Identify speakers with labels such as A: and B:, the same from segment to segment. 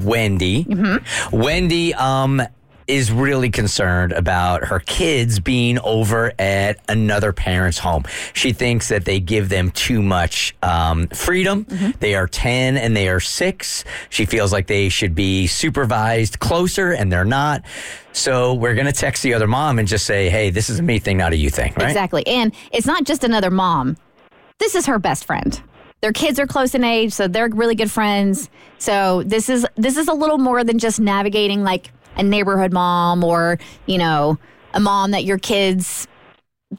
A: Wendy. Wendy um is really concerned about her kids being over at another parent's home. She thinks that they give them too much um, freedom. They are 10 and they are 6. She feels like they should be supervised closer and they're not. So we're going to text the other mom and just say, "Hey, this is a me thing, not a you thing," right?
B: Exactly. And it's not just another mom. This is her best friend. Their kids are close in age, so they're really good friends. So this is this is a little more than just navigating like a neighborhood mom or, you know, a mom that your kids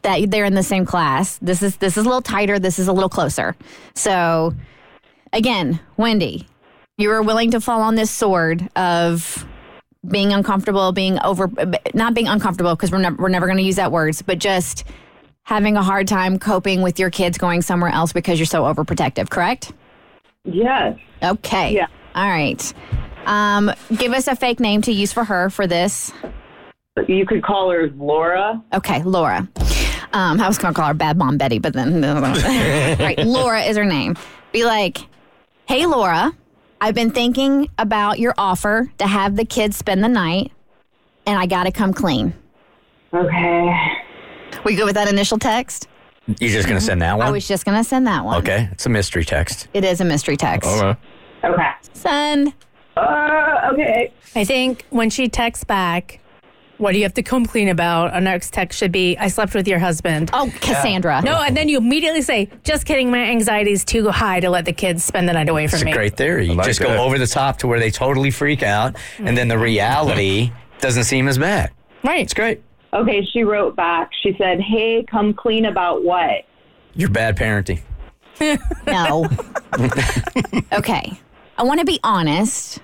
B: that they're in the same class. This is this is a little tighter, this is a little closer. So again, Wendy, you were willing to fall on this sword of being uncomfortable, being over, not being uncomfortable because we're never we're never going to use that words, but just having a hard time coping with your kids going somewhere else because you're so overprotective. Correct?
C: Yes.
B: Okay.
C: Yeah.
B: All right. Um, give us a fake name to use for her for this.
C: You could call her Laura.
B: Okay, Laura. Um, I was going to call her Bad Mom Betty, but then right, Laura is her name. Be like, hey, Laura, I've been thinking about your offer to have the kids spend the night, and I got to come clean.
C: Okay.
B: We good with that initial text?
A: You're just going to send that one?
B: I was just going to send that one.
A: Um, okay. It's a mystery text.
B: It is a mystery text.
C: Okay.
B: Send.
C: Uh, okay.
D: I think when she texts back, what do you have to come clean about? Our next text should be, I slept with your husband.
B: Oh, Cassandra.
D: No, and then you immediately say, just kidding, my anxiety is too high to let the kids spend the night away from
A: It's
D: me.
A: a great theory. You
E: like
A: just
E: that.
A: go over the top to where they totally freak out, and then the reality doesn't seem as bad.
D: right.
A: It's great.
C: Okay, she wrote back. She said, Hey, come clean about what?
A: You're bad parenting.
B: No. okay. I want to be honest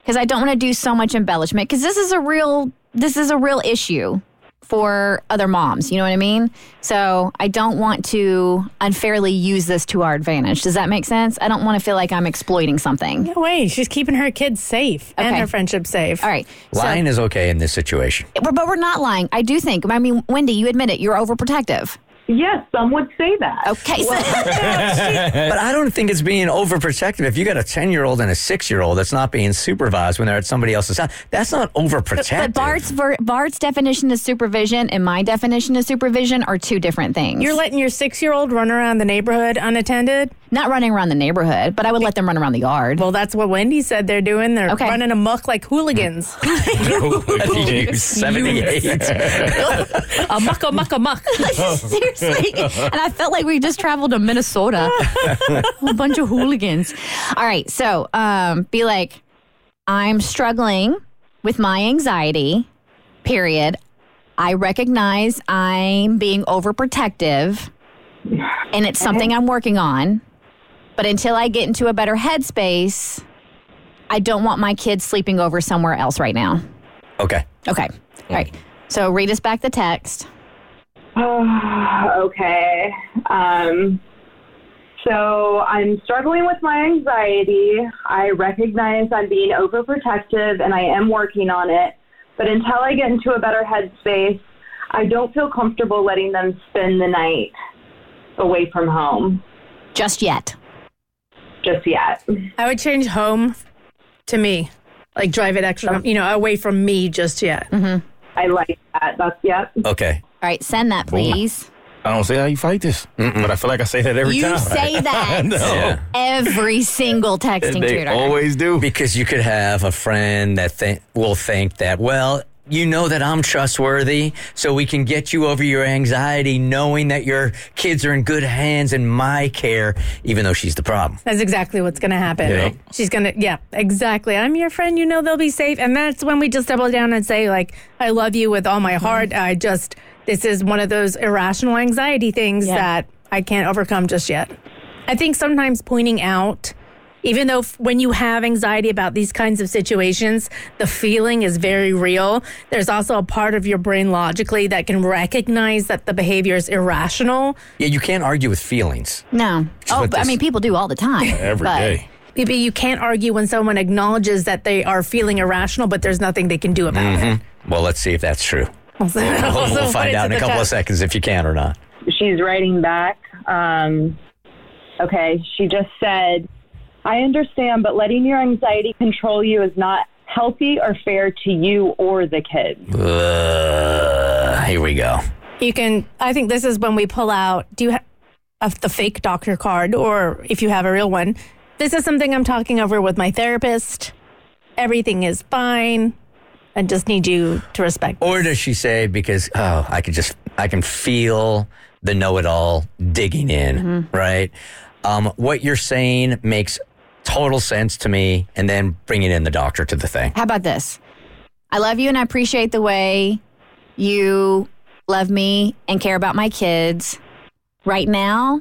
B: because I don't want to do so much embellishment because this is a real this is a real issue for other moms. You know what I mean? So I don't want to unfairly use this to our advantage. Does that make sense? I don't want to feel like I'm exploiting something.
D: No way. She's keeping her kids safe and
B: Okay.
D: her friendship safe.
B: All right. So,
A: Lying is okay in this situation.
B: but but we're not lying. I do think. I mean, Wendy, you admit it. You're overprotective.
C: Yes, some would say that.
B: Okay. so-
A: But I don't think it's being overprotective. If you got a 10 year old and a six year old that's not being supervised when they're at somebody else's house, that's not overprotective.
B: But Bart's ver- Bart's definition of supervision and my definition of supervision are two different things.
D: You're letting your six year old run around the neighborhood unattended?
B: not running around the neighborhood, but I would let them run around the yard.
D: Well, that's what Wendy said they're doing. They're
B: Okay.
D: running amok like hooligans.
A: You 78.
D: amok, amok, amok.
B: Seriously, and I felt like we just traveled to Minnesota, a bunch of hooligans. All right, so um, be like, I'm struggling with my anxiety. Period. I recognize I'm being overprotective, and it's something I'm working on. But until I get into a better headspace, I don't want my kids sleeping over somewhere else right now.
A: okay.
B: Okay. All right. So read us back the text.
C: Uh, okay. Um, so I'm struggling with my anxiety. I recognize I'm being overprotective and I am working on it. But until I get into a better headspace, I don't feel comfortable letting them spend the night away from home
B: Just yet.
C: just yet.
D: I would change home to me. Like drive it extra, you know, away from me just yet.
C: I like that. That's, yep.
A: Okay.
B: All right. Send that, please.
E: I don't see how you fight this, but I feel like I say that every
B: You
E: time.
B: say that
E: no.
A: Yeah.
B: every single texting
E: They
B: tutor.
E: always do.
A: Because you could have a friend that th- will think that, well, you know that I'm trustworthy, so we can get you over your anxiety knowing that your kids are in good hands in my care, even though she's the problem.
D: That's exactly what's going to happen.
E: Yeah.
D: She's going to, yeah, exactly. I'm your friend. You know they'll be safe. And that's when we just double down and say, like, I love you with all my heart. I just, this is one of those irrational anxiety things
B: Yeah.
D: that I can't overcome just yet. I think sometimes pointing out even though f- when you have anxiety about these kinds of situations, the feeling is very real. There's also a part of your brain logically that can recognize that the behavior is irrational.
A: Yeah, you can't argue with feelings.
B: No. Oh,
A: what
B: but, I
A: this-
B: mean, people do all the time.
E: every
B: but
E: day.
D: Maybe you can't argue when someone acknowledges that they are feeling irrational, but there's nothing they can do about it.
A: Well, let's see if that's true.
D: Also-
A: Mm-hmm. We'll,
D: also
A: we'll
D: put it
A: find
D: to
A: out in
D: the
A: a couple of
D: test.
A: seconds if you can or not.
C: She's writing back. Um, okay, she just said, I understand, but letting your anxiety control you is not healthy or fair to you or the kids.
A: Uh, here we go.
D: You can. I think this is when we pull out. Do you have the fake doctor card, or if you have a real one? This is something I'm talking over with my therapist. Everything is fine. I just need you to respect.
A: Or does she say because oh, I could just I can feel the know-it-all digging in, right? Um, what you're saying makes total sense to me, and then bringing in the doctor to the thing.
B: How about this? I love you and I appreciate the way you love me and care about my kids. Right now,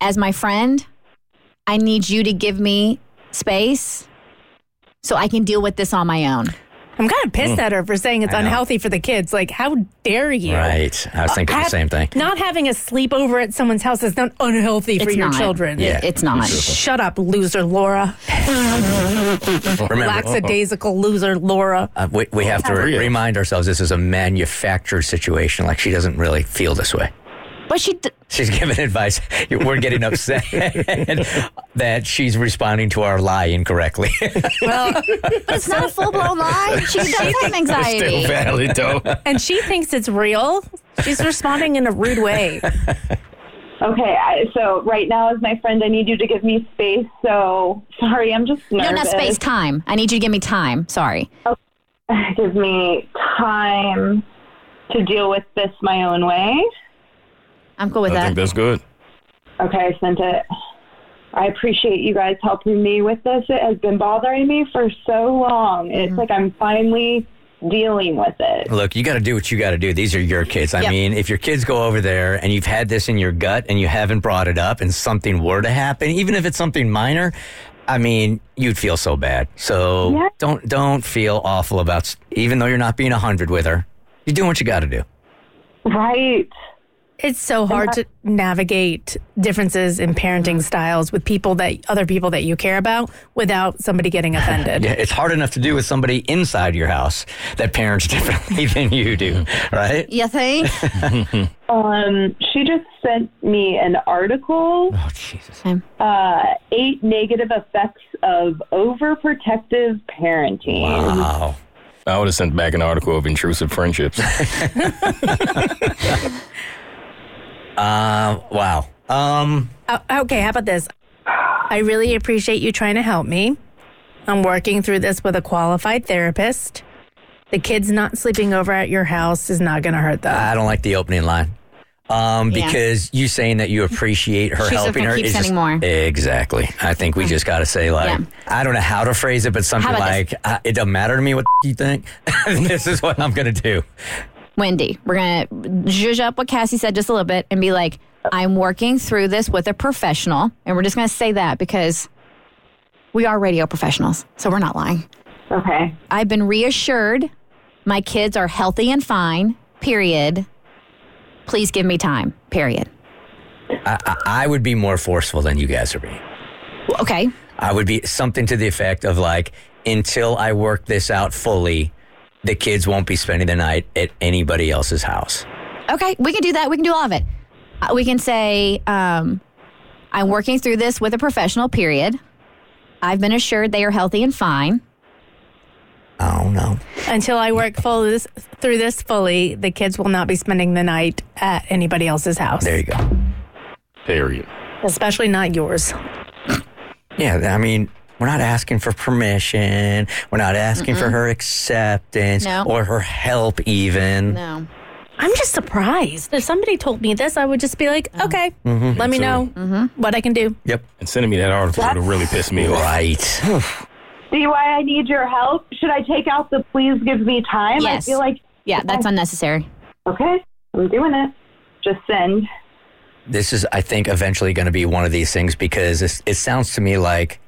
B: as my friend, I need you to give me space so I can deal with this on my own.
D: I'm kind of pissed at her for saying it's
A: Mm. I know.
D: unhealthy for the kids. Like, how dare you?
A: Right. I was thinking the
D: Have-
A: same thing.
D: Not having a sleepover at someone's house is not unhealthy for
B: It's
D: your
B: not.
D: children.
A: Yeah.
B: It- It's not.
D: Shut up, loser Laura.
A: Remember,
D: Lackadaisical loser Laura.
A: uh, we, we have to re-
E: Real.
A: remind ourselves this is a manufactured situation. Like she doesn't really feel this way.
B: But she, d-
A: She's giving advice. We're getting upset that she's responding to our lie incorrectly.
D: Well,
B: but it's not a full blown lie. She does have
E: Still
B: anxiety.
E: valid though.
D: and she thinks it's real. She's responding in a rude way.
C: Okay, I, so right now, as my friend, I need you to give me space. So sorry, I'm just nervous.
B: No, not space, time. I need you to give me time. Sorry.
C: Give me time to deal with this my own way.
B: I'm cool with
E: I
B: that.
E: think that's good.
C: Okay, I sent it. I appreciate you guys helping me with this. It has been bothering me for so long. It's
B: Mm-hmm.
C: like I'm finally dealing with it.
A: Look, you got to do what you got to do. These are your kids. I
B: Yep.
A: mean, if your kids go over there and you've had this in your gut and you haven't brought it up and something were to happen, even if it's something minor, I mean, you'd feel so bad. So
C: Yeah.
A: don't don't feel awful about s- even though you're not being 100 with her. You're doing what you got to do.
C: Right.
D: It's so hard to navigate differences in parenting styles with people that other people that you care about without somebody getting offended.
A: Yeah, it's hard enough to do with somebody inside your house that parents differently than you do, right?
B: You think?
C: Um, she just sent me an article,
A: Oh, Jesus.
C: uh, Eight Negative Effects of Overprotective Parenting.
A: Wow.
E: I would have sent back an article of intrusive friendships.
A: Uh, wow. Um,
D: Uh, okay, how about this? I really appreciate you trying to help me. I'm working through this with a qualified therapist. The kids not sleeping over at your house is not going to hurt them.
A: I don't like the opening line. Um,
B: Yeah.
A: because you saying that you appreciate her
B: She's just
A: helping
B: gonna
A: her
B: keep
A: is just-
B: sending more.
A: exactly. I think we just got to say like
B: Yeah.
A: I don't know how to phrase it, but something
B: about
A: like I, it doesn't matter to me what you think. this is what I'm gonna do.
B: Wendy, we're going to zhuzh up what Cassie said just a little bit and be like, I'm working through this with a professional. And we're just going to say that because we are radio professionals. So we're not lying.
C: Okay.
B: I've been reassured my kids are healthy and fine, period. Please give me time, period.
A: I, I, I would be more forceful than you guys are being.
B: Okay.
A: I would be something to the effect of like until I work this out fully, the kids won't be spending the night at anybody else's house.
B: Okay. We can do that. We can do all of it. Uh, We can say, um, I'm working through this with a professional, period. I've been assured they are healthy and fine.
A: Oh no.
D: Until I work full this, through this fully, the kids will not be spending the night at anybody else's house,
A: There you go.
E: Period.
D: especially not yours.
A: Yeah, I mean, we're not asking for permission. We're not asking for her acceptance
B: No.
A: or her help, even.
B: No.
D: I'm just surprised. If somebody told me this, I would just be like, okay, let me
E: too.
D: know what I can do.
A: Yep.
E: And sending me that article would have really pissed me off.
A: Right.
C: See why I need your help? Should I take out the please give me time?
B: Yes.
C: I feel like,
B: Yeah, that's unnecessary.
C: okay, I'm doing it. Just send.
A: this is, I think, eventually going to be one of these things because it's, it sounds to me like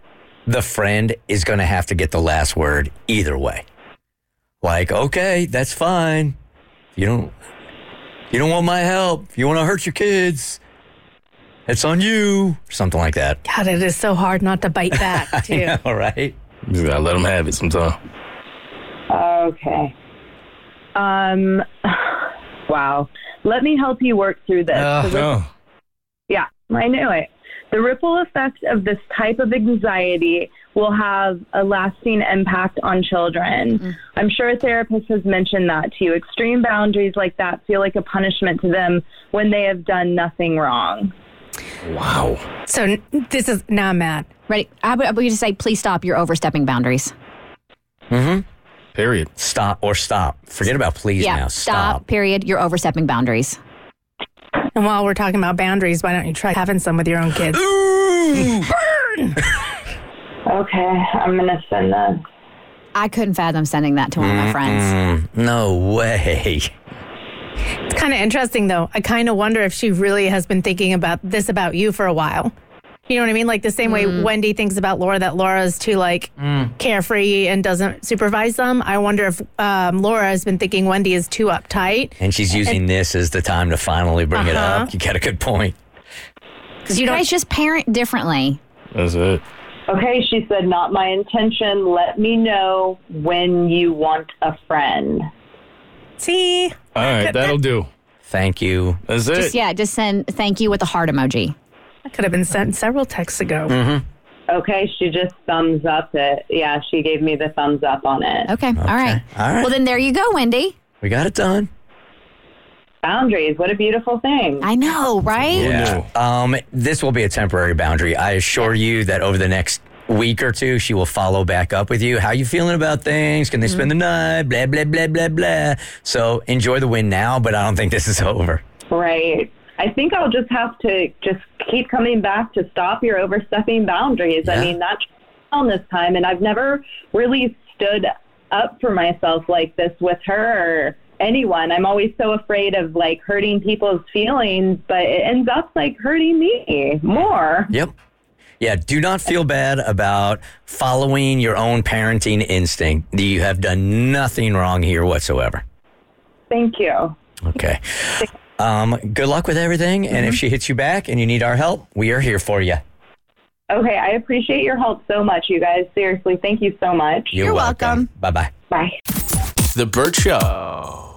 A: the friend is going to have to get the last word either way. Like, okay, that's fine. You don't you don't want my help. You want to hurt your kids. It's on you. Something like that.
D: God, it is so hard not to bite back, too.
A: All right.
E: You just gotta let them have it sometime.
C: Okay. Um, wow. Let me help you work through this. The rip-
E: Oh,
C: yeah, I knew it. The ripple effect of this type of anxiety will have a lasting impact on children. I'm sure a therapist has mentioned that to you. Extreme boundaries like that feel like a punishment to them when they have done nothing wrong.
E: wow.
D: So n- this is now I'm mad.
B: Ready? I would, I would just say, please stop. You're overstepping boundaries.
E: Period.
A: Stop or stop. Forget about please now. Stop.
B: Period. You're overstepping boundaries.
D: And while we're talking about boundaries, why don't you try having some with your own kids?
C: Okay, I'm going to send this.
B: I couldn't fathom sending that to one of my friends.
A: Mm, no way.
D: It's kind of interesting, though. I kind of wonder if she really has been thinking about this about you for a while. You know what I mean? Like the same way Wendy thinks about Laura, that Laura's too like carefree and doesn't supervise them. I wonder if um, Laura has been thinking Wendy is too uptight
A: And she's using this as the time to finally bring it up. You got a good point.
D: because you don't.
B: guys just parent differently.
E: That's it.
C: Okay, she said, not my intention. Let me know when you want a friend.
D: See,
E: All right, that'll do.
A: Thank you.
E: That's it.
B: Just yeah, just send thank you with a heart emoji.
D: that could have been sent several texts ago.
C: Okay, she just thumbs up it. Yeah, she gave me the thumbs up on it.
B: Okay. All right.
A: All right.
B: Well, then there you go, Wendy.
A: We got it done.
C: Boundaries, what a beautiful thing.
B: I know, right?
E: Yeah.
A: Um, this will be a temporary boundary. I assure you that over the next week or two, she will follow back up with you. How you feeling about things? Can they spend the night? Blah blah blah blah blah. So enjoy the win now, but I don't think this is over.
C: Right. I think I'll just have to just keep coming back to stop your overstepping boundaries.
A: Yeah.
C: I mean, that's on this time, and I've never really stood up for myself like this with her or anyone. I'm always so afraid of like hurting people's feelings, but it ends up like hurting me more.
A: Yep. Yeah, do not feel bad about following your own parenting instinct. You have done nothing wrong here whatsoever.
C: Thank you.
A: Okay. Um, good luck with everything. And if she hits you back and you need our help, we are here for you.
C: Okay, I appreciate your help so much, you guys. Seriously, thank you so much.
A: You're, welcome. Bye bye.
C: Bye.
F: The Burt Show.